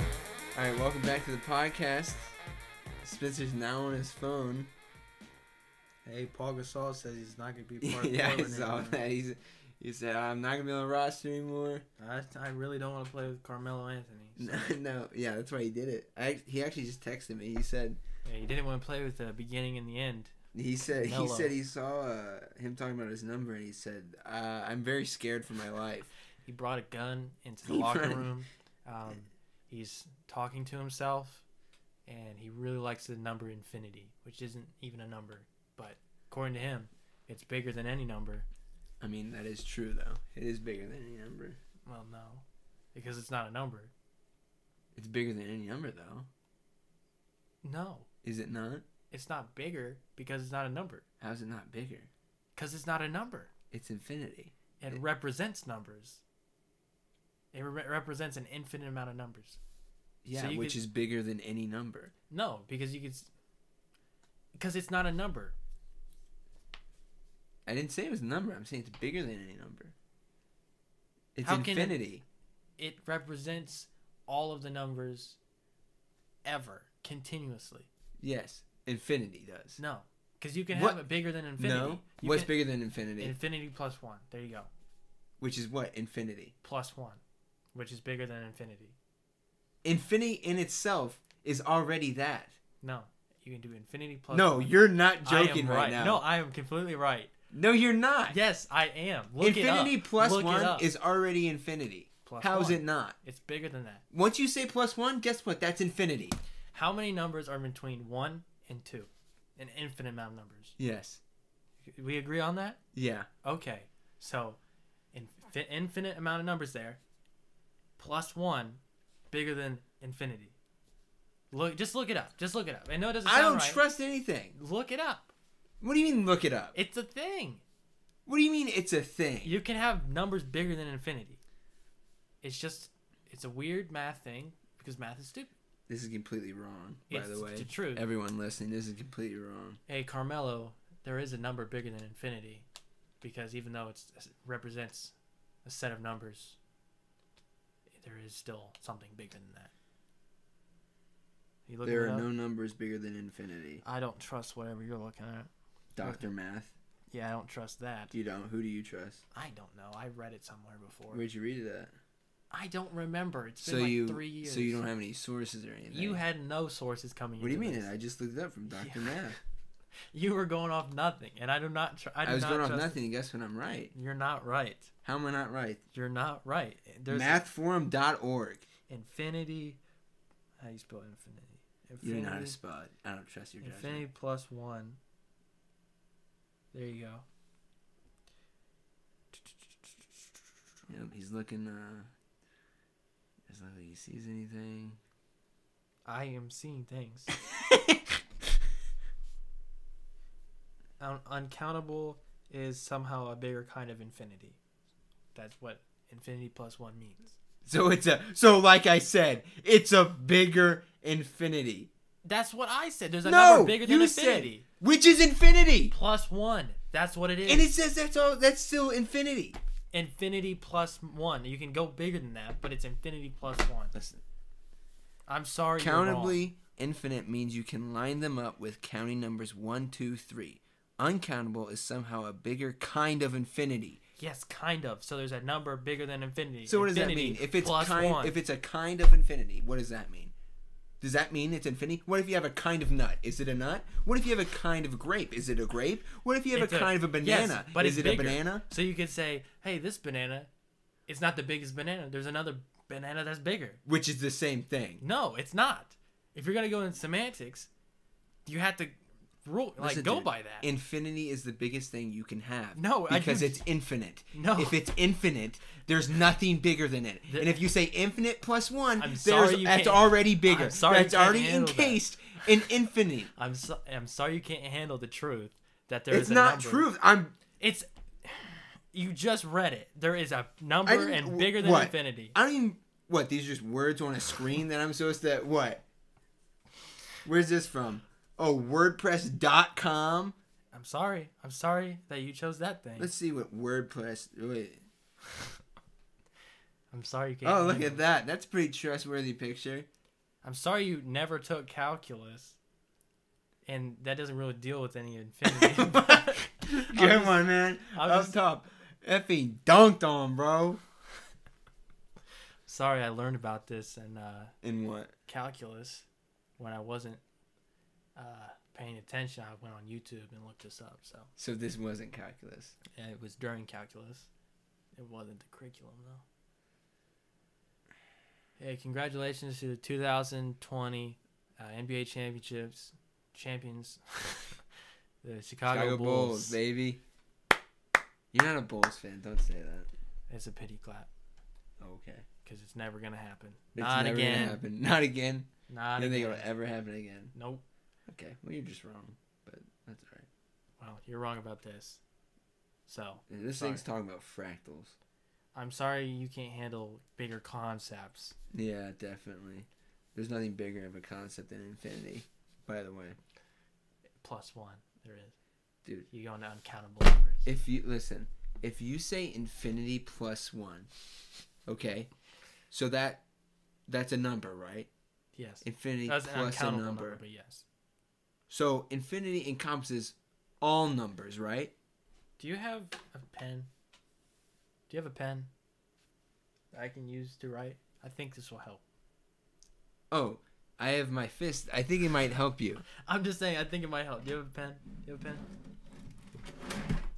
All right, welcome back to the podcast. Spencer's now on his phone. Hey, Paul Gasol says he's not going to be part of yeah, I Portland saw anymore. that. He's, he said, "I'm not gonna be on the roster anymore." I, I really don't want to play with Carmelo Anthony. No, so- no, yeah, that's why he did it. I, he actually just texted me. He said, Yeah, he didn't want to play with the beginning and the end. he said, he Mellow. said he saw uh, him talking about his number, and he said, uh, "I'm very scared for my life." He brought a gun into the He locker brought- room. Um, he's talking to himself, and he really likes the number infinity, which isn't even a number, but according to him, it's bigger than any number. I mean, that is true though. It is bigger than any number. Well, no, because it's not a number. It's bigger than any number though. No, Is it not? it's not bigger because it's not a number. How is it not bigger? Because it's not a number. It's infinity. It It- represents numbers. It re- represents an infinite amount of numbers. Yeah, you which could- is bigger than any number. No, because you could. s- Because it's not a number. I didn't say it was a number. I'm saying it's bigger than any number. It's How can it- infinity. It represents all of the numbers ever, continuously. Yes, infinity does. No. Because you can What? have it bigger than infinity. No, You what's can- bigger than infinity? Infinity plus one. There you go. which is what infinity. Plus one, which is bigger than infinity. Infinity in itself is already that. No. You can do infinity plus no, one. you're not I am joking right. now. No, I am completely right. no, you're not. Yes, I am. Look it up. infinity plus Look it one up. is already infinity. Plus How is one. it not? It's bigger than that. Once you say plus one, guess what? That's infinity. How many numbers are between one and two? An infinite amount of numbers. Yes. We agree on that? Yeah. Okay. So, inf- infinite amount of numbers there, plus one, bigger than infinity. Look, just look it up. Just look it up. I know it doesn't. Sound I don't right. trust anything. Look it up. What do you mean look it up? It's a thing. What do you mean it's a thing? You can have numbers bigger than infinity. It's just, it's a weird math thing because math is stupid. This is completely wrong, by It's the way. the truth. Everyone listening, this is completely wrong. Hey Carmelo, there is a number bigger than infinity, because even though it's, it represents a set of numbers, there is still something bigger than that. You looking There it are up? no numbers bigger than infinity. I don't trust whatever you're looking at. Doctor Math. Yeah, I don't trust that. You don't. Who do you trust? I don't know. I read it somewhere before. Where'd you read it at? I don't remember. It's So been like you. three years. So you don't have any sources or anything. You had no sources coming. What do you into mean? this. I just looked it up from Doctor Yeah. Math. You were going off nothing, and I do not. Tr- I, do I was not going off trust nothing. and Guess what? I'm right. You're not right. How am I not right? You're not right. There's Mathforum.org. infinity. How do you spell infinity? You Infinity, don't know how to spell it. I don't trust your judgment. infinity plus one. There you go. Yep, he's looking. uh It's not like he sees anything. I am seeing things. Un- uncountable is somehow a bigger kind of infinity. That's what infinity plus one means. So it's a. So like I said, it's a bigger infinity, That's what I said. There's a No, number bigger than you said- infinity. which is infinity, Plus one. That's what it is. and it says that's all. That's still infinity. infinity plus one. You can go bigger than that, but it's infinity plus one. Listen, I'm sorry. you're wrong. countably infinite means you can line them up with counting numbers one, two, three. Uncountable is somehow a bigger kind of infinity. Yes, kind of. So there's a number bigger than infinity. So what does that Infinity mean? If it's plus kind, one. if it's a kind of infinity, what does that mean? Does that mean it's infinity? What if you have a kind of nut? Is it a nut? What if you have a kind of grape? Is it a grape? What if you have It's a kind of a yes, banana? but is it's it bigger. a banana? So you could say, hey, this banana, it's not the biggest banana. There's another banana that's bigger. Which is the same thing. No, it's not. If you're gonna go in semantics, you have to rule like Listen, go dude, by that. Infinity is the biggest thing you can have. No, I because don't- it's infinite. No. if it's infinite, there's nothing bigger than it. The- and if you say infinite plus one, I'm there's sorry you that's can't- already bigger. I'm sorry you that's can't already handle that. encased in infinity. I'm so, I'm sorry you can't handle the truth that there is it's a not number. true. I'm It's you just read it. There is a number I didn't- and bigger than what? infinity. I don't even. What? These are just words on a screen that I'm supposed to. What? Where's this from? Oh, WordPress.com. I'm sorry. I'm sorry that you chose that thing. Let's see what WordPress. Wait. I'm sorry you can't. Oh, look handle at that. That's a pretty trustworthy picture. it. I'm sorry you never took calculus, and that doesn't really deal with any infinity. but- Good just- one, man. I'm Up just- top. Effie dunked on, bro. sorry, I learned about this in uh, In what? calculus when I wasn't uh, paying attention. I went on YouTube and looked this up. So So this wasn't calculus. yeah, it was during calculus. It wasn't the curriculum though. Hey, congratulations to the 2020 uh, NBA championships champions, the Chicago, Bulls. baby. You're not a Bulls fan. Don't say that. It's a pity clap Okay. because it's never gonna happen. It's Not never gonna again. happen. Not again. I Not don't think again. it'll ever happen again. Nope. Okay. Well, you're just wrong, but that's all right. Well, you're wrong about this. So And This Sorry. thing's talking about fractals. I'm sorry you can't handle bigger concepts. Yeah, definitely. There's nothing bigger of a concept than infinity. By the way, Plus one, there is. Dude. you go into uncountable numbers. if you listen, if you say infinity plus one, okay, so that that's a number, right? yes, Infinity that's an plus a uncountable number. number. but yes. So infinity encompasses all numbers, right? Do you have a pen? Do you have a pen that I can use to write? I think this will help. Oh, I have my fist. I think it might help you. I'm just saying, I think it might help. Do you have a pen? Do you have a pen?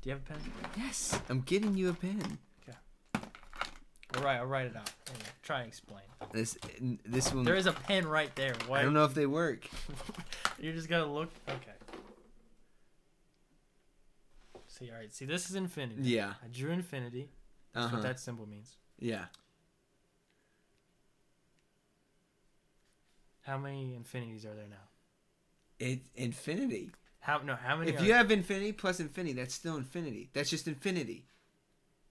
Do you have a pen? Yes, I'm giving you a pen. All right, I'll write it out. and try and explain. This this will. There is a pen right there. Why? I don't know if they work. You're just gonna look. Okay. See, all right. See, this is infinity. Yeah. I drew infinity. That's Uh what huh. that symbol means. Yeah. How many infinities are there now? It infinity. How no? How many? If are, you have infinity plus infinity, that's still infinity. That's just infinity.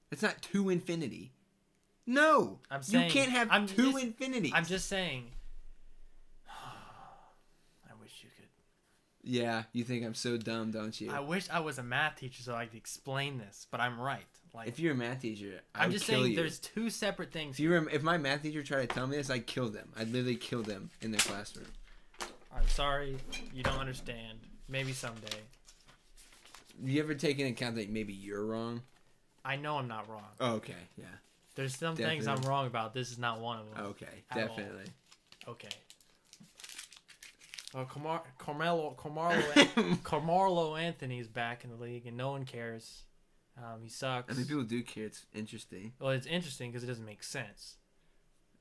That's not two infinity. No, I'm saying- you can't have I'm two just- infinity. I'm just saying. I wish you could. Yeah, you think I'm so dumb, don't you? I wish I was a math teacher so I could explain this, but I'm right. Like if you're a math teacher, I I'm would just kill saying, you. there's two separate things. If you were, if my math teacher tried to tell me this, I'd kill them. I'd literally kill them in their classroom. I'm sorry, you don't understand. Maybe someday. You ever take into account that maybe you're wrong? I know I'm not wrong. Oh, okay, yeah, There's some things I'm Definitely. wrong about. This is not one of them. okay, At all. definitely. Okay. Oh, Camar- Carmelo, Carmelo, Carmelo Anthony's back in the league, and no one cares. Um, he sucks. I mean, people do care. It's interesting. well, it's interesting because it doesn't make sense.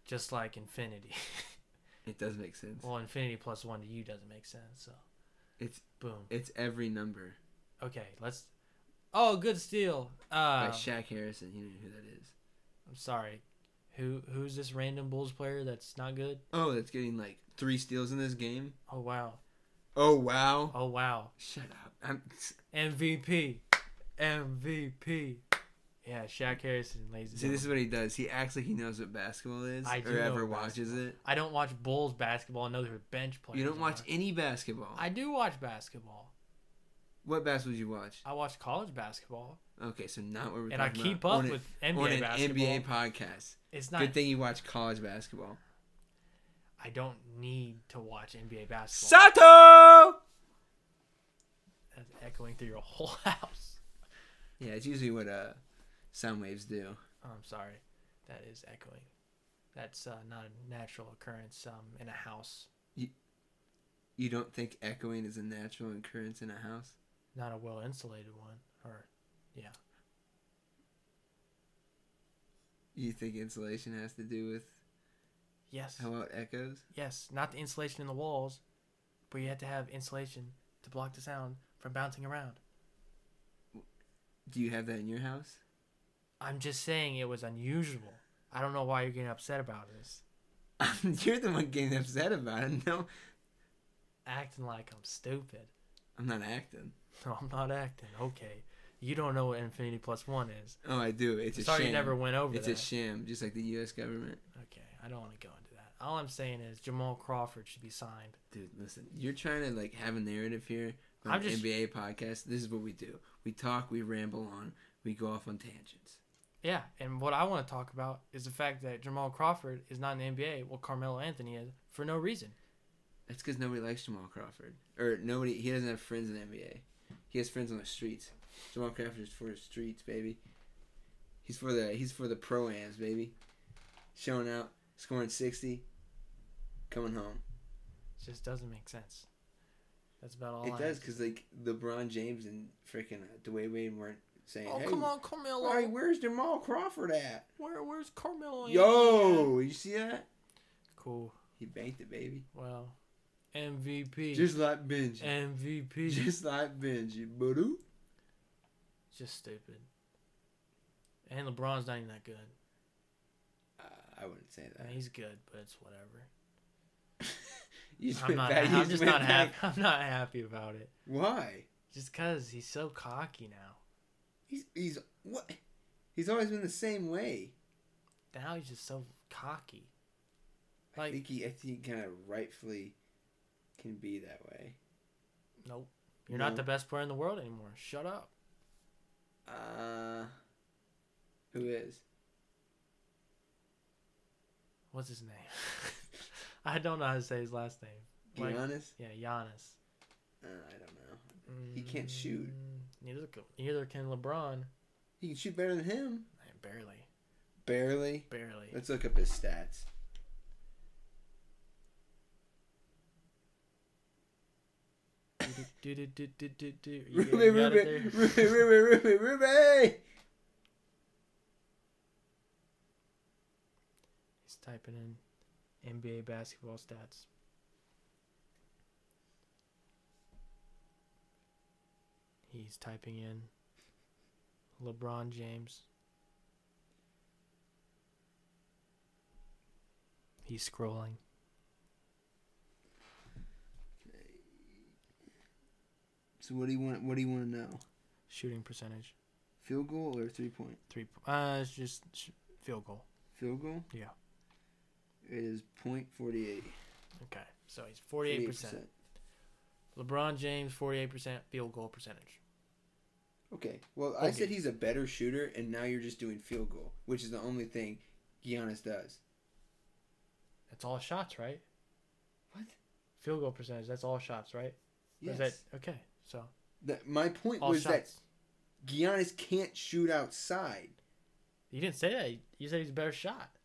Just like infinity. It does make sense. well, infinity plus one to you doesn't make sense. So It's boom. it's every number Okay, let's. Oh, good steal. by Uh, Shaq Harrison. You know who that is. I'm sorry. Who who's this random Bulls player that's not good? Oh, that's getting like three steals in this game. Oh wow. Oh wow! Oh wow. Shut up. I'm, MVP. MVP. Yeah, Shaq Harrison, ladies and see, this gentlemen. is what he does. He acts like he knows what basketball is, I do or know ever what watches it. I don't watch Bulls basketball. I know they're bench players. You don't watch are. any basketball. I do watch basketball. what basketball do you watch? I watch college basketball, Okay, so not what we're and I talking keep about. up On a- with NBA on an basketball. NBA podcast. it's not. Good thing you watch college basketball. I don't need to watch NBA basketball. Sato. That's echoing through your whole house. Yeah, it's usually what uh, sound waves do. Oh, I'm sorry, that is echoing. That's uh, not a natural occurrence um, in a house. You don't think echoing is a natural occurrence in a house? Not a well insulated one. Or yeah, You think insulation has to do with yes, how it echoes? yes. Not the insulation in the walls, but you have to have insulation to block the sound from bouncing around. Do you have that in your house? I'm just saying it was unusual. I don't know why you're getting upset about this. You're the one getting upset about it. No, Acting like I'm stupid. I'm not acting. No, I'm not acting. Okay. You don't know what infinity plus one is. Oh, I do. It's a Sorry sham. you never went over it's that. a sham, just like the U.S. government. okay, I don't want to go into that. All I'm saying is Jamal Crawford should be signed. Dude, listen. You're trying to like have a narrative here on I'm an just- NBA podcast. This is what we do. We talk. We ramble on. We go off on tangents. Yeah, and what I want to talk about is the fact that Jamal Crawford is not in the NBA. Well, Carmelo Anthony is for no reason. That's because nobody likes Jamal Crawford, or nobody. He doesn't have friends in the NBA. He has friends on the streets. Jamal Crawford's for the streets, baby. He's for the he's for the proams, baby. Showing out, scoring sixty, coming home. It just doesn't make sense. That's about all. it I does because like LeBron James and freaking uh, Dwayne Wade weren't saying, Oh "Hey, come on, Oh, Carmelo. Larry, where's Jamal Crawford at?" Where where's Carmelo? Anthony at? Yo, you see that? Cool. He banked it, baby. Well, MVP. Just like Benji. MVP. Just, Just like Benji, boo stupid. And LeBron's not even that good. Uh, I wouldn't say I that. mean, he's good, but it's whatever. You just I'm went not. back- you I'm just went not happy. back- I'm not happy about it. Why? Just cause he's so cocky now. He's he's what? He's always been the same way. Now he's just so cocky. I Like- think he, I think kind of rightfully can be that way. Nope. You're No. not the best player in the world anymore. Shut up. Uh, who is? What's his name? I don't know how to say his last name. Like- Giannis? Yeah, Giannis. Uh, I don't know. He can't shoot. Mm, Neither can, neither can LeBron. He can shoot better than him. Eh, Barely, Barely. barely. Let's look up his stats. do, do, do, do, do, do. Ruby, You got- you got it Ruby, there? Ruby, Ruby, Ruby, Ruby. He's typing in NBA basketball stats. He's typing in LeBron James. He's scrolling. So what do you want? What do you want to know? Shooting percentage. Field goal or three point? Three. po- Uh, it's just sh- field goal. Field goal. Yeah. It is point forty eight. Okay. So he's 48%. LeBron James, 48% field goal percentage. Okay. Well, I said Okay. he's a better shooter, and now you're just doing field goal, which is the only thing Giannis does. That's all shots, right? What? Field goal percentage. That's all shots, right? Or Yes. Is that okay? So That- my point all was shots. that Giannis can't shoot outside. You didn't say that. You said he's a better shot.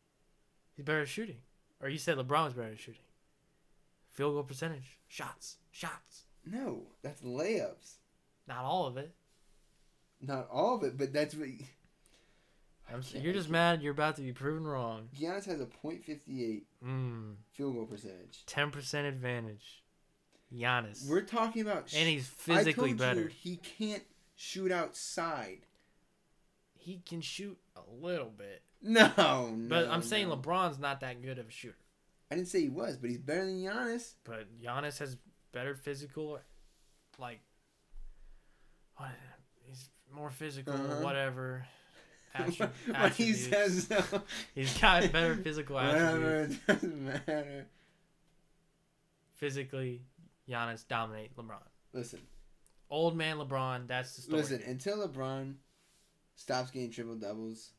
He's better at shooting, or you said LeBron was better at shooting. Field goal percentage, shots, shots. No, that's layups. Not all of it. Not all of it, but that's what. I'm, s- Yeah, you're just mad. You're about to be proven wrong. Giannis has a point fifty eight Mm. field goal percentage. Ten percent advantage. Giannis. We're talking about. sh- and he's I told physically you better. he can't shoot outside. He can shoot a little bit, No, no. but I'm saying no. LeBron's not that good of a shooter. I didn't say he was, but he's better than Giannis. But Giannis has better physical, like, what, he's more physical, Uh-huh. whatever. Attri- when he attributes. says no. he's got better physical Whatever, attributes. it doesn't matter. Physically, Giannis dominate LeBron. Listen, Old man LeBron, that's the story. listen. Until LeBron stops getting triple doubles,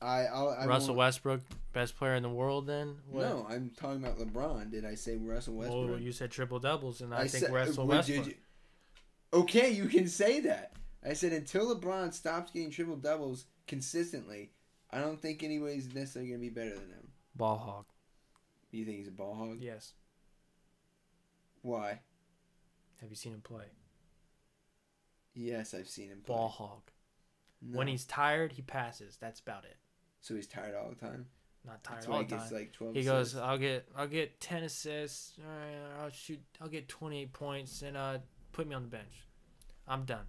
I I'll, I Russell won't- Westbrook, best player in the world. Then what? No, I'm talking about LeBron. Did I say Russell Westbrook? Well, you said triple doubles, and I, think said- uh, Russell well, did Westbrook. you- okay, you can say that. I said until LeBron stops getting triple doubles consistently, I don't think anybody's necessarily going to be better than him. Ball hog. You think he's a ball hog? Yes. Why? Have you seen him play? Yes, I've seen him play. Ball hog. No. When he's tired, he passes. That's about it. so he's tired all the time. Not tired That's all why he the time. gets like twelve. He goes, uh, assists. I'll get, I'll get ten assists. All right, I'll shoot. I'll get twenty eight points and uh, put me on the bench. I'm done.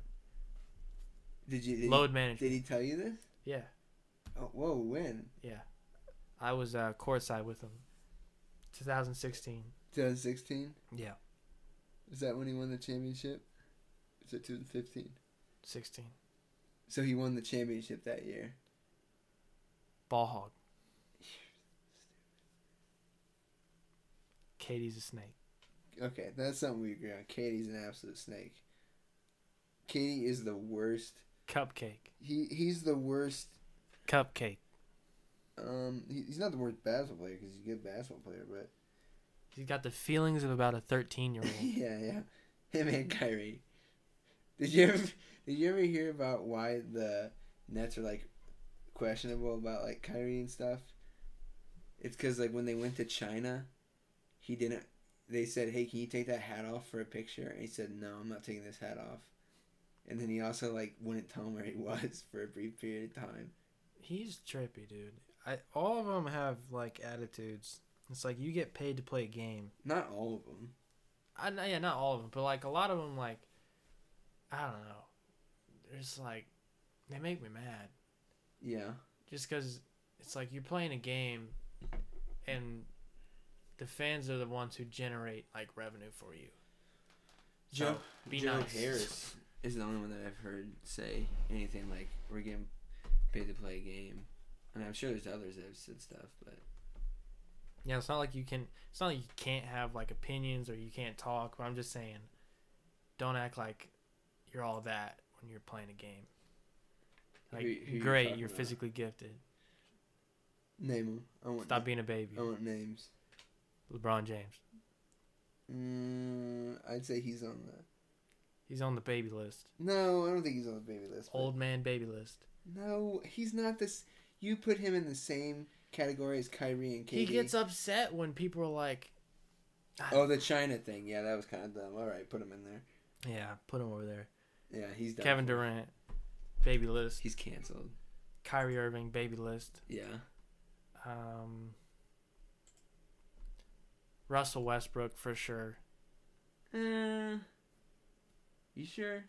Did you? Did, Load he, management. did he tell you this? Yeah, Oh, whoa, when? yeah. I was uh, courtside with him. 2016. 2016. Yeah, Is that when he won the championship? Is it 2015? 16. So he won the championship that year. Ball hog. Katie's a snake. Okay, that's something we agree on. Katie's an absolute snake. Katie is the worst. Cupcake. He he's the worst. Cupcake. Um, he, he's not the worst basketball player because he's a good basketball player, but He's got the feelings of about a 13 year old. yeah, yeah, him and Kyrie. Did you ever did you ever hear about why the Nets are like questionable about like Kyrie and stuff? It's because like when they went to China, he didn't. They said, "Hey, can you take that hat off for a picture?" And he said, "No, I'm not taking this hat off." And then he also like wouldn't tell him where he was for a brief period of time. He's trippy, dude. I all of them have like attitudes. It's like you get paid to play a game. Not all of them. I no, yeah, not all of them, but like a lot of them, like I don't know. There's like they make me mad Yeah. just because it's like you're playing a game, and the fans are the ones who generate like revenue for you. Joe So, be Joe nice. Harris is the only one that I've heard say anything like we're getting paid to play a game, and I'm sure there's others that have said stuff, but Yeah, it's not like you can. It's not like you can't have like opinions or you can't talk. But I'm just saying, don't act like you're all that when you're playing a game. Like, Who- who you great, talking you're about? physically gifted. name them. I want Stop being a baby. I want names. LeBron James. Mm, I'd say he's on the. He's on the baby list. No, I don't think he's on the baby list. but- Old man baby list. No, he's not this. You put him in the same category as Kyrie and KD. He gets upset when people are like, "Ah, Oh, the China thing. Yeah, that was kind of dumb. All right, put him in there. yeah, put him over there." Yeah, he's done. Kevin for. Durant, baby list. He's canceled. Kyrie Irving, baby list. Yeah. Um, Russell Westbrook for sure. Uh, you sure?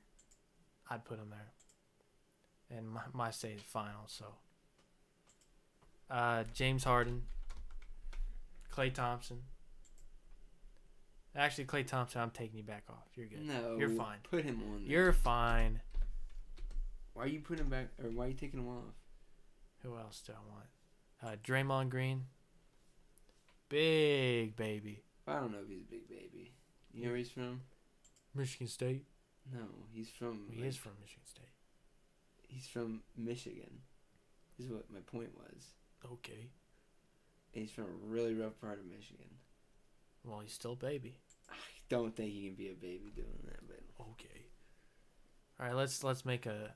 I'd put him there. And my, my state is final, so. Uh, James Harden, Clay Thompson. Actually, Clay Thompson, I'm taking you back off. You're good. No, You're fine. Put him on. There. You're fine. Why are you putting him back, or why are you taking him off? Who else do I want? Uh, Draymond Green. Big baby. I don't know if he's a big baby. You know where he's from? Michigan State. No, he's from. He like, is from Michigan State. He's from Michigan. Is what my point was. Okay. And he's from a really rough part of Michigan. Well, he's still a baby. I don't think he can be a baby doing that, but Okay. All right, let's let's make a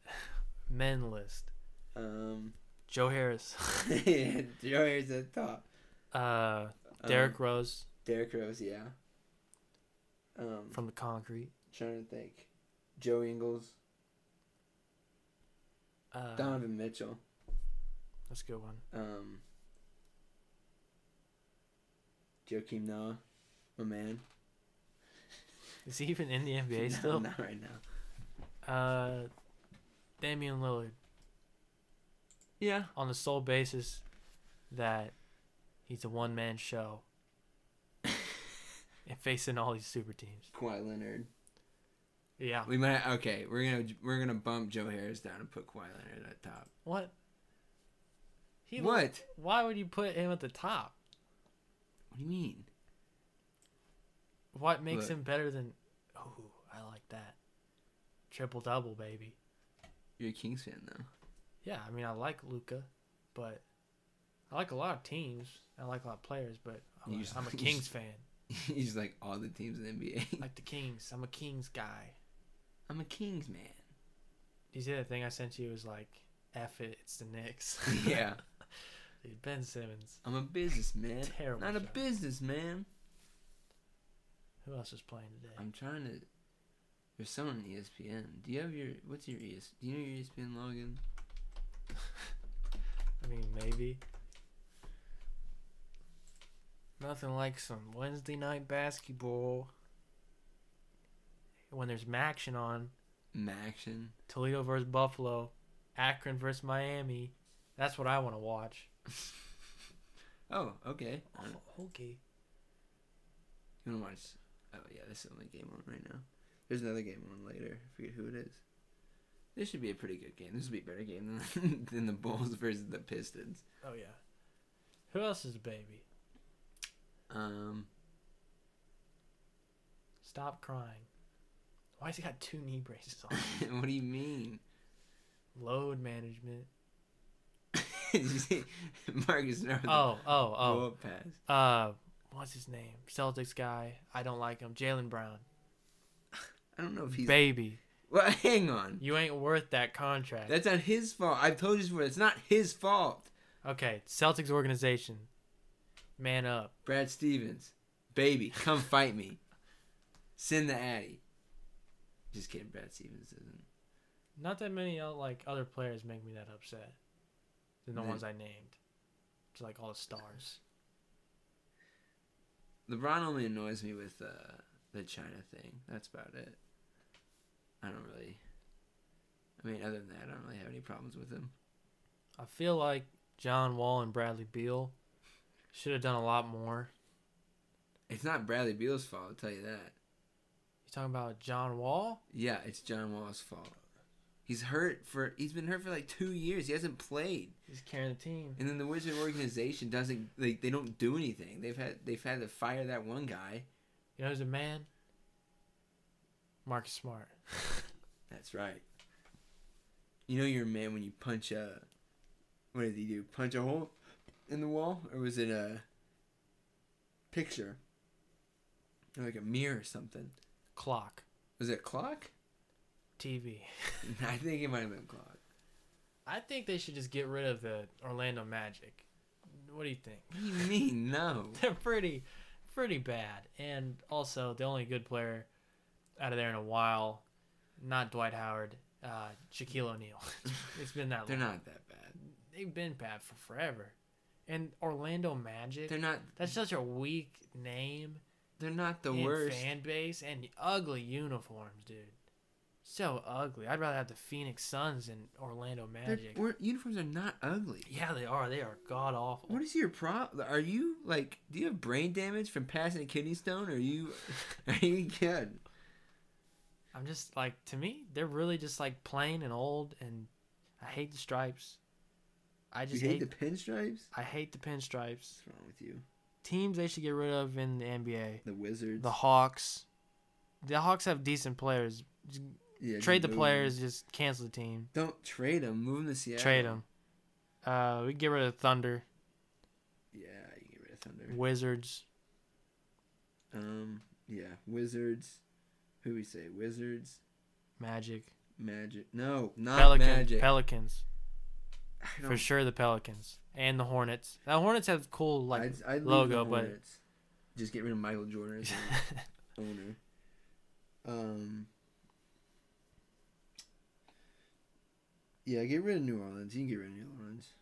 men list. um, Joe Harris. yeah, Joe Harris at the top. Uh, Um, Derrick Rose Derrick Rose, yeah. Um, from the concrete. trying to think, Joe Ingles, Uh, Donovan Mitchell. That's a good one. Um, Joakim Noah, my man. Is he even in the NBA No, still? Not right now. Uh, Damian Lillard Yeah. on the sole basis that he's a one man show and facing all these super teams. Kawhi Leonard. Yeah. We might okay. We're gonna we're gonna bump Joe Harris down and put Kawhi Leonard at top. What? He what? Why would you put him at the top? What do you mean? What makes Look. him better than? Oh, I like that. Triple double, baby. You're a Kings fan though. Yeah, I mean, I like Luca, but I like a lot of teams. I like a lot of players, but I'm, You a, just- I'm a you just- Kings fan. He's like all the teams in the NBA. I like the Kings. I'm a Kings guy. I'm a Kings man. Do you see that thing I sent you? It was like, F it, it's the Knicks. yeah. Dude, Ben Simmons. I'm a businessman. Terrible Not a shot. businessman. Who else is playing today? I'm trying to. There's someone on E ESPN. Do you have your? What's your ES? Do you know your E ESPN login? I mean, maybe. Nothing like some Wednesday night basketball. When there's action on, Maction. Toledo versus Buffalo, Akron versus Miami. That's what I want to watch. Oh, okay. I don't- Okay. You wanna watch? Oh yeah, this is the only game on right now. There's another game on later. I forget who it is. This should be a pretty good game. This would be a better game than than the Bulls versus the Pistons. Oh yeah. Who else is a baby? Um, Stop crying. Why's he got two knee braces on? what do you mean? Load management. Did you see Marcus Smart with Oh, oh, the oh. blow-up pass? Uh, what's his name? Celtics guy. I don't like him. Jalen Brown. I don't know if he's. Baby, well, hang on. you ain't worth that contract. That's not his fault. I've told you this before. It's not his fault. okay, Celtics organization. Man up. Brad Stevens, baby, come fight me. Send the Addy. Just kidding. Brad Stevens isn't. Not that many uh, like other players make me that upset than the They- ones I named. It's like all the stars. LeBron only annoys me with uh, the China thing. That's about it. I don't really. I mean, other than that, I don't really have any problems with him. I feel like John Wall and Bradley Beal should have done a lot more. It's not Bradley Beal's fault. I'll tell you that. You talking about John Wall? Yeah, it's John Wall's fault. He's hurt for. He's been hurt for like two years. He hasn't played. He's carrying the team. And then the Wizard organization doesn't like they don't do anything. They've had they've had to fire that one guy. You know who's a man? Marcus Smart. That's right. You know you're a man when you punch a what did he do? Punch a hole in the wall? Or was it a picture? Or like a mirror or something. Clock. Was it a clock? TV. I think it might have been a clock. I think they should just get rid of the Orlando Magic. What do you think? What do you mean no? They're pretty, pretty bad. And also, the only good player out of there in a while, not Dwight Howard, uh, Shaquille O'Neal. it's been that They're long. not that bad. They've been bad for forever. And Orlando Magic. They're not that's such a weak name they're not the and worst. fan base and ugly uniforms, dude. So ugly. I'd rather have the Phoenix Suns and Orlando They're- Magic. we're- uniforms are not ugly. Yeah, they are. They are god awful. What is your problem? Are you like? Do you have brain damage from passing a kidney stone? Or are you? Are you good? I'm just like to me, they're really just like plain and old, and I hate the stripes. I You just hate hate. the pinstripes? I hate the pinstripes. What's wrong with you? Teams they should get rid of in the NBA. The Wizards. The Hawks. The Hawks have decent players. Just Yeah, trade the move 'em. players. Just cancel the team. Don't trade them. Move them to Seattle. Trade 'em. Trade them. Uh, we can get rid of Thunder, Yeah, you can get rid of Thunder. Wizards, Um, yeah, Wizards. Who we say? Wizards, Magic, Magic. No, not Pelicans, Magic. Pelicans I don't- for sure. The Pelicans and the Hornets. The Hornets have cool like I'd, I'd logo, logo, but- but just get rid of Michael Jordan as the owner. Um. Yeah, get rid of New Orleans. You can get rid of New Orleans.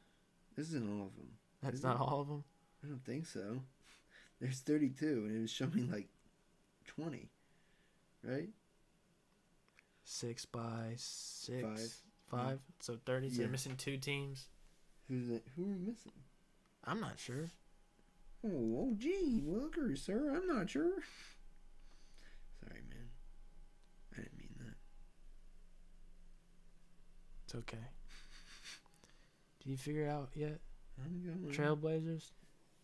This isn't all of them. that's not all of them. I don't think so. There's 32, and it was showing like 20, right? Six by six. Five. Five. So 30. So Yeah. you're missing two teams. Who's that? Who are we missing? I'm not sure. Oh, oh, gee, Wilker, sir. I'm not sure. Sorry, man. I didn't mean that. It's okay. Did you figure out yet? I'm going. Trailblazers?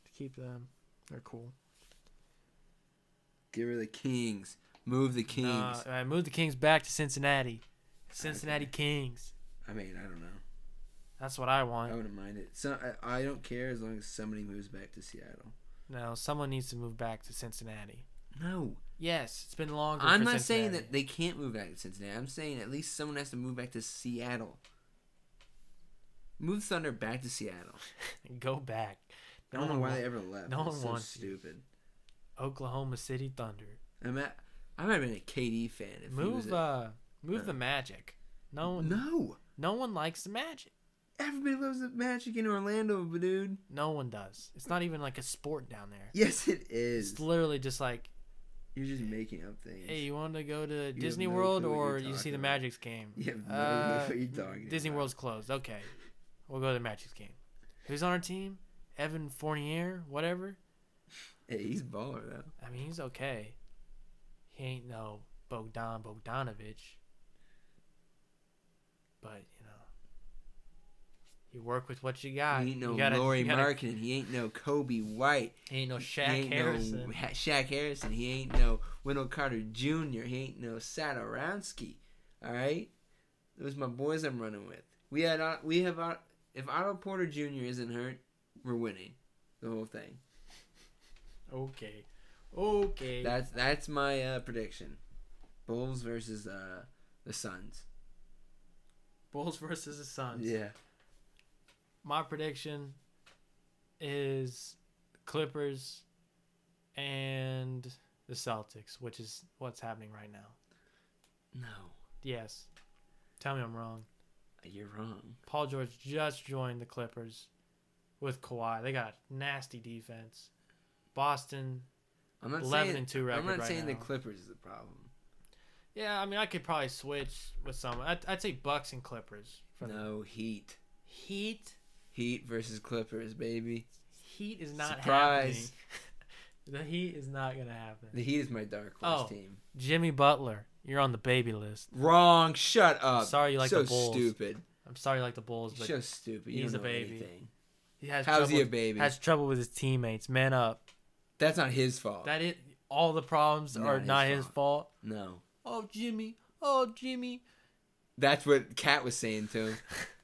To keep them. They're cool. Get rid of the Kings. Move the Kings. Nah, I moved the Kings back to Cincinnati. Cincinnati Kings. I mean, I don't know. That's what I I want. wouldn't mind it. So I, I don't care as long as somebody moves back to Seattle. No, someone needs to move back to Cincinnati. No, Yes, it's been longer. I'm for not saying Cincinnati. that they can't move back to Cincinnati. I'm saying at least someone has to move back to Seattle. Move Thunder back to Seattle. Go back. I No don't know why one wa- they ever left. no That's one so wants you. stupid. Oklahoma City Thunder. I'm at, I might have been a KD fan. If he was Move a- uh move Uh, the Magic. No no, no, no one likes the Magic. everybody loves the Magic in Orlando, but dude. No one does. It's not even like a sport down there. Yes, it is. It's literally just like, You're just making up things. hey, you want to go to Disney no World clue what or you're you see the talking about. Magic's game? You have no idea Uh, what you're talking Disney about. World's closed. Okay, we'll go to the Magic's game. Who's on our team? Evan Fournier, whatever. Hey, he's baller though. I mean, he's okay. He ain't no Bogdan Bogdanovich, but you know, you work with what you got. he ain't no you gotta, Laurie you gotta- Markin. He ain't no Kobe White. He ain't no he Shaq ain't Harrison. no Ha- Shaq Harrison. He ain't no Wendell Carter Jr. He ain't no Sadoransky. All right, those my boys I'm running with. uh, We had our- we have our If Otto Porter Jr. isn't hurt, we're winning the whole thing. Okay. Okay. That's that's my uh, prediction. Bulls versus uh, the Suns. Bulls versus the Suns. Yeah. My prediction is Clippers and the Celtics, which is what's happening right now. No, Yes. Tell me I'm wrong. you're wrong. Paul George just joined the Clippers with Kawhi. They got nasty defense. Boston, I'm not 11 saying and 2 record I'm not right saying the now. Clippers is the problem. yeah, I mean, I could probably switch with someone. I'd, I'd say Bucks and Clippers. For the No Heat. Heat, Heat versus Clippers, baby. Heat is not Surprise. happening. The Heat is not going to happen. The Heat is my dark horse Oh. team. Jimmy Butler, you're on the baby list. Wrong. Shut up. Sorry you like so the Bulls, stupid. I'm sorry, you like the Bulls, but so stupid. You he's don't a know baby. anything. he has How's trouble, he a baby? has trouble with his teammates. Man up. That's not his fault. That it. All the problems Not are his not his fault. fault. no. Oh Jimmy, oh Jimmy. That's what Kat was saying to him.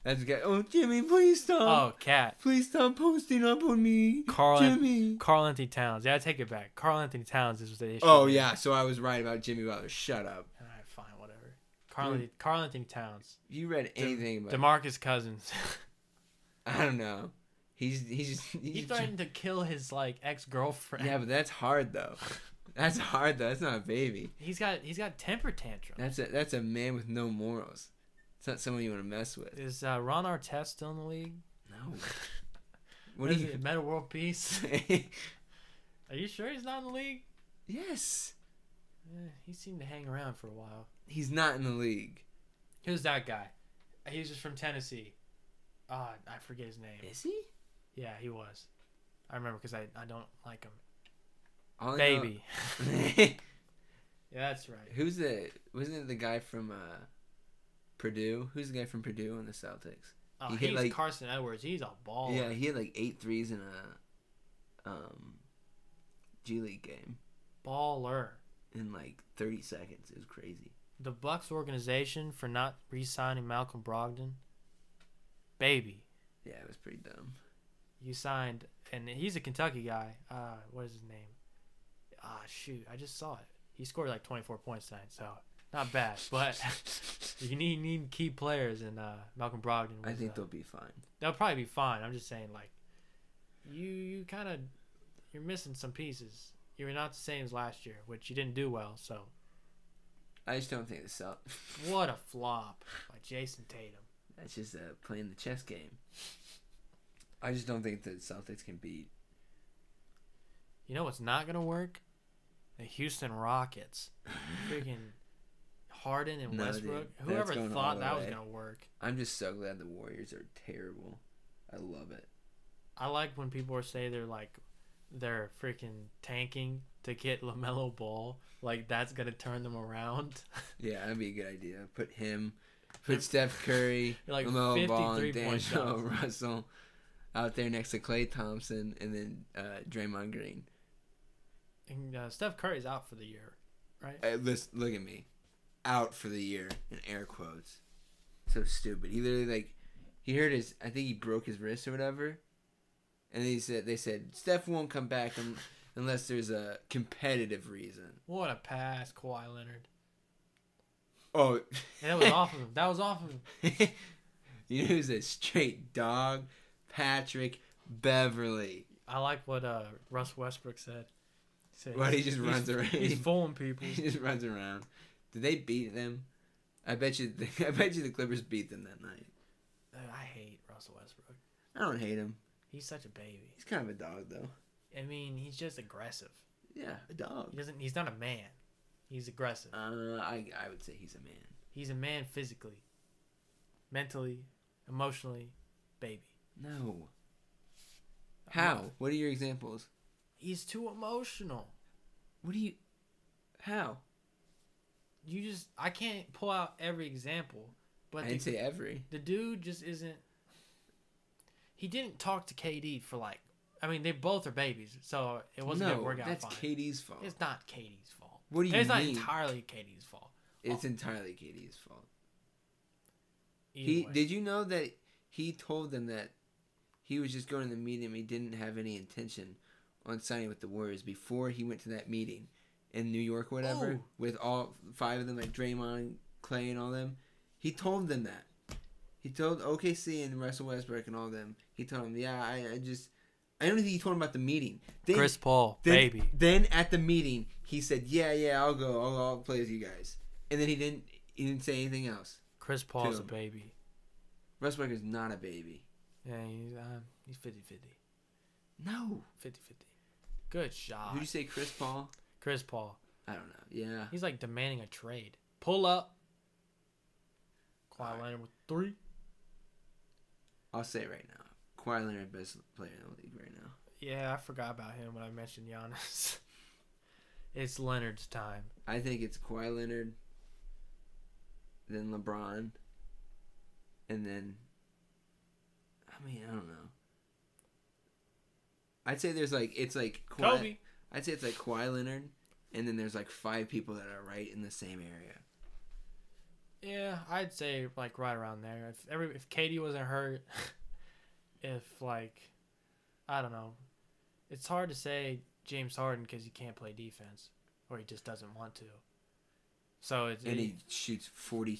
That's what Kat, oh Jimmy, please stop. Oh cat. Please stop posting up on me. Carl Jimmy. Carl Anthony Towns. Yeah, I take it back. Carl Anthony Towns is the issue. Oh yeah, so I was right about Jimmy Butler. Shut up. All right, fine, whatever. Carl Anthony, Carl Anthony Towns. If you read De- anything about Demarcus Cousins. I don't know. He's he's just he's he threatened to kill his like ex girlfriend. Yeah, but that's hard though. That's hard though. That's not a baby. he's got he's got temper tantrum. That's a that's a man with no morals. It's not someone you want to mess with. Is uh, Ron Artest still in the league? No. What do is you it? Meta World Peace? say? Are you sure he's not in the league? yes. Eh, he seemed to hang around for a while. He's not in the league. Who's that guy? He was just from Tennessee. Ah, I forget his name. Is he? Yeah, he was. I remember because I, I don't like him. All I know- Baby. yeah, that's right. Who's the wasn't it the guy from uh Purdue? Who's the guy from Purdue on the Celtics? Oh, He he's hit, like- Carson Edwards. He's a baller. Yeah, he had like eight threes in a um G League game Baller. in like thirty seconds. It was crazy. The Bucks organization for not re-signing Malcolm Brogdon. Baby, Yeah, it was pretty dumb. you signed, and he's a Kentucky guy. Uh, what is his name? Ah, shoot, I just saw it. He scored like 24 points tonight, so not bad. But you need need key players, and uh, Malcolm Brogdon. Was, I think uh, they'll be fine. they'll probably be fine. I'm just saying, like, you you kind of you're missing some pieces. You're not the same as last year, which you didn't do well. So I just don't think the Celt. what a flop by Jason Tatum. That's just uh, playing the chess game. I just don't think the Celtics can beat. You know what's not gonna work? The Houston Rockets. Freaking Harden and No, dude. Westbrook. That's Whoever going all thought the that was way. gonna work. I'm just so glad the Warriors are terrible. I love it. I like when people are say they're like they're freaking tanking to get LaMelo Ball. Like that's gonna turn them around. Yeah, that'd be a good idea. Put him, put Steph Curry, Like Lamelo Ball, and 53 point D'Angelo shots. Russell out there next to Clay Thompson and then uh, Draymond Green. and uh, Steph Curry's out for the year, right? Hey, listen, Uh, look at me, out for the year in air quotes. So stupid. He literally like, he heard his. I think he broke his wrist or whatever, and he said they said Steph won't come back un- unless there's a competitive reason. What a pass, Kawhi Leonard. Oh, And that was off of him. That was off of him. you know who's a straight dog? Patrick Beverly. I like what uh, Russ Westbrook said. He said Well, he he's- just he's- runs around. He's fooling people. He just runs around. Did they beat them? I bet you. I bet you the Clippers beat them that night. Uh, I hate Russell Westbrook. I don't hate him. He's such a baby. He's kind of a dog though. I mean, he's just aggressive. Yeah, a He dog. doesn't. He's not a man. He's aggressive. Uh, I I would say he's a man. He's a man physically, mentally, emotionally, baby. No. I'm How? not- What are your examples? He's too emotional. What do you? How? You just. I can't pull out every example, but I the, didn't say every. the dude just isn't. He didn't talk to KD for like. I mean, they both are babies, so it wasn't no, gonna work out that's fine. Katie's fault. It's, It's not Katie's fault. What do you it's mean? not entirely Katie's fault. entirely Katie's fault. Either He way. did you know that he told them that he was just going to the meeting. He didn't have any intention on signing with the Warriors before he went to that meeting in New York, or whatever, Oh. with all five of them, like Draymond, Clay, and all them. He told them that. He told OKC and Russell Westbrook and all them. He told them, yeah, I, I just. I don't think he told them about the meeting. Then- Chris Paul, then, baby. Then at the meeting, he said, "Yeah, yeah, I'll go. I'll, I'll play with you guys." And then he didn't. He didn't say anything else. Chris Paul's a Two. baby. Westbrook is not a baby. Yeah, he's um, he's 50 50. No. 50 50. Good shot. Who'd you say, Chris Paul? Chris Paul. I don't know. Yeah. He's like demanding a trade. Pull up. Kawhi Alright. Leonard with three. I'll say it right now. Kawhi Leonard, best player in the league right now. Yeah, I forgot about him when I mentioned Giannis. it's Leonard's time. I think it's Kawhi Leonard, then LeBron, and then. I mean, I don't know. I'd say there's like it's like Kawhi, Kobe. I'd say it's like Kawhi Leonard, and then there's like five people that are right in the same area. Yeah, I'd say like right around there. If every if Katie wasn't hurt, if like, I don't know, it's hard to say James Harden because he can't play defense or he just doesn't want to. So it's And he shoots 40,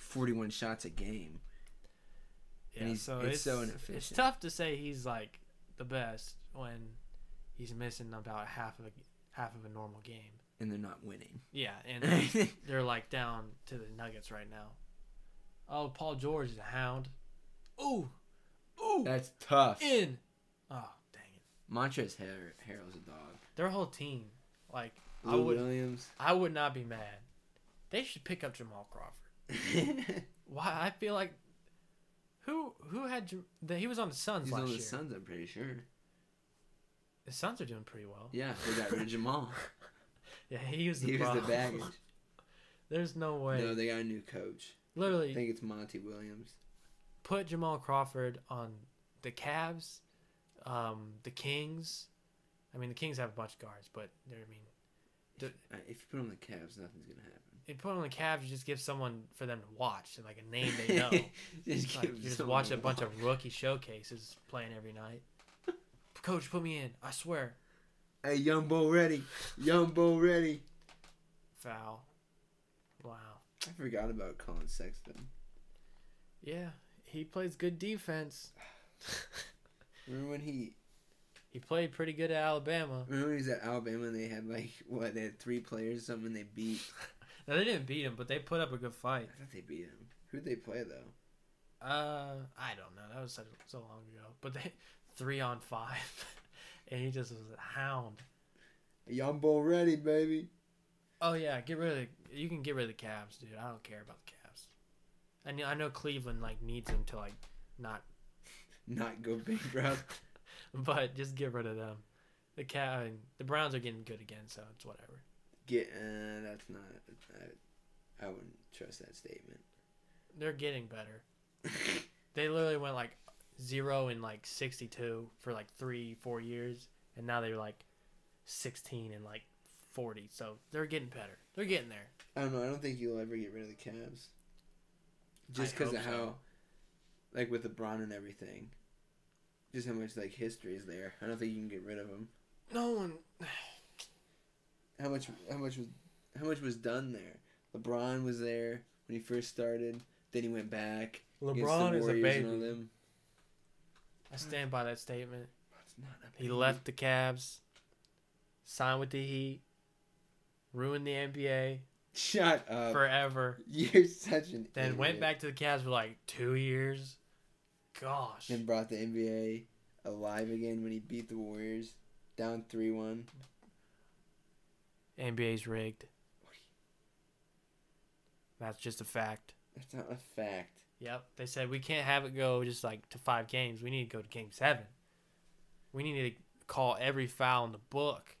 41 shots a game. yeah, and he's- so it's it's, so It's inefficient. tough to say he's like the best when he's missing about half of a, half of a normal game. And they're not winning. Yeah, and I they're like down to the Nuggets right now. Oh, Paul George is a hound. Ooh, ooh. That's tough. in. Oh, dang it. Montrezl Har- Harrell's a dog. Their whole team. Like I Lou would Williams. I would not be mad. They should pick up Jamal Crawford. He's Why I feel like who who had Jam- the, he was on the Suns last on the year. Suns, I'm pretty sure. The Suns are doing pretty well. Yeah, they got rid of Jamal. Yeah, he was the He was the problem. baggage. There's no way. No, they got a new coach. I Literally think it's Monty Williams. put Jamal Crawford on the Cavs, um, the Kings. I mean, the Kings have a bunch of guards, but they're, I mean, Uh, If you put him on the Cavs, nothing's gonna happen. they put on the Cavs, you just give someone for them to watch, like a name they know. just Like, give you just someone watch a bunch walk. of rookie showcases playing every night. Coach, put me in. I swear. Hey, young bull ready, young bull ready. Foul. Wow. I forgot about Colin Sexton. Yeah, he plays good defense. Remember when he? he played pretty good at Alabama. Remember when he was at Alabama and they had like what? They had three players, or something. and They beat. Now they didn't beat him, but they put up a good I fight. thought they beat him. Who'd they play though? Uh, I don't know. That was so, so long ago. But they three on five, and he just was a hound. Young bull ready, baby. Oh yeah, get rid of the, you can get rid of the Cavs, dude. I don't care about the Cavs. I know I know Cleveland like needs them to like not Not go bankrupt. but just get rid of them. The cat, the Browns are getting good again, so it's whatever. Get. Uh, that's not. I, I wouldn't trust that statement. They're getting better. They literally went like zero and like sixty-two for like three, four years, and now they're like sixteen and like forty. So they're getting better. They're getting there. I don't know. I don't think you'll ever get rid of the Cavs. Just I because of hope so. how, like with LeBron and everything, just how much like history is there. I don't think you can get rid of them. No one. How much? How much was? How much was done there? LeBron was there when he first started. Then he went back. against the LeBron is a Warriors and all baby. them. I stand by that statement. It's not a He baby. left the Cavs, signed with the Heat, ruined the NBA Shut up. forever. You're such an. Then idiot. went back to the Cavs for like two years. Gosh. and brought the NBA alive again when he beat the Warriors down three one. NBA's rigged. That's just a fact. That's not a fact. Yep. They said we can't have it go just like to five games. We need to go to game seven. We need to call every foul in the book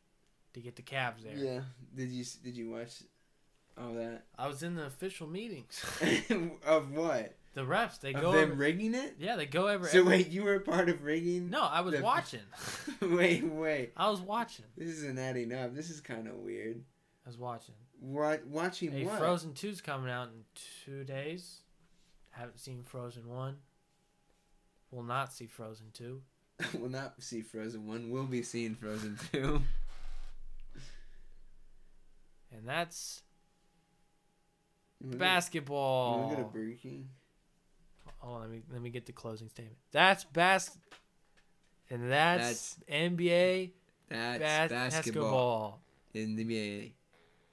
to get the Cavs there. Yeah. Did you s- did you watch all that I was in the official meetings. of what the refs, they of go them over. rigging it? yeah, they go over. So every- wait, you were a part of rigging? no, I was the- watching. wait, wait. I was watching. This isn't adding up. This is kind of weird. I was watching. What watching Hey, what? Frozen Two's coming out in two days. Haven't seen Frozen One. will not see Frozen 2. will not see Frozen 1, will be seeing Frozen 2. And that's You wanna go- you basketball. wanna go to Burger King? Hold on, let me let me get the closing statement. That's bas and that's, NBA That's bas- basketball. basketball. In the NBA.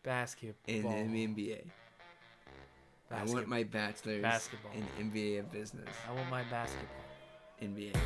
Basketball. In the NBA. I want Basket- my bachelor's Basketball. in NBA of business. I want my basketball. NBA.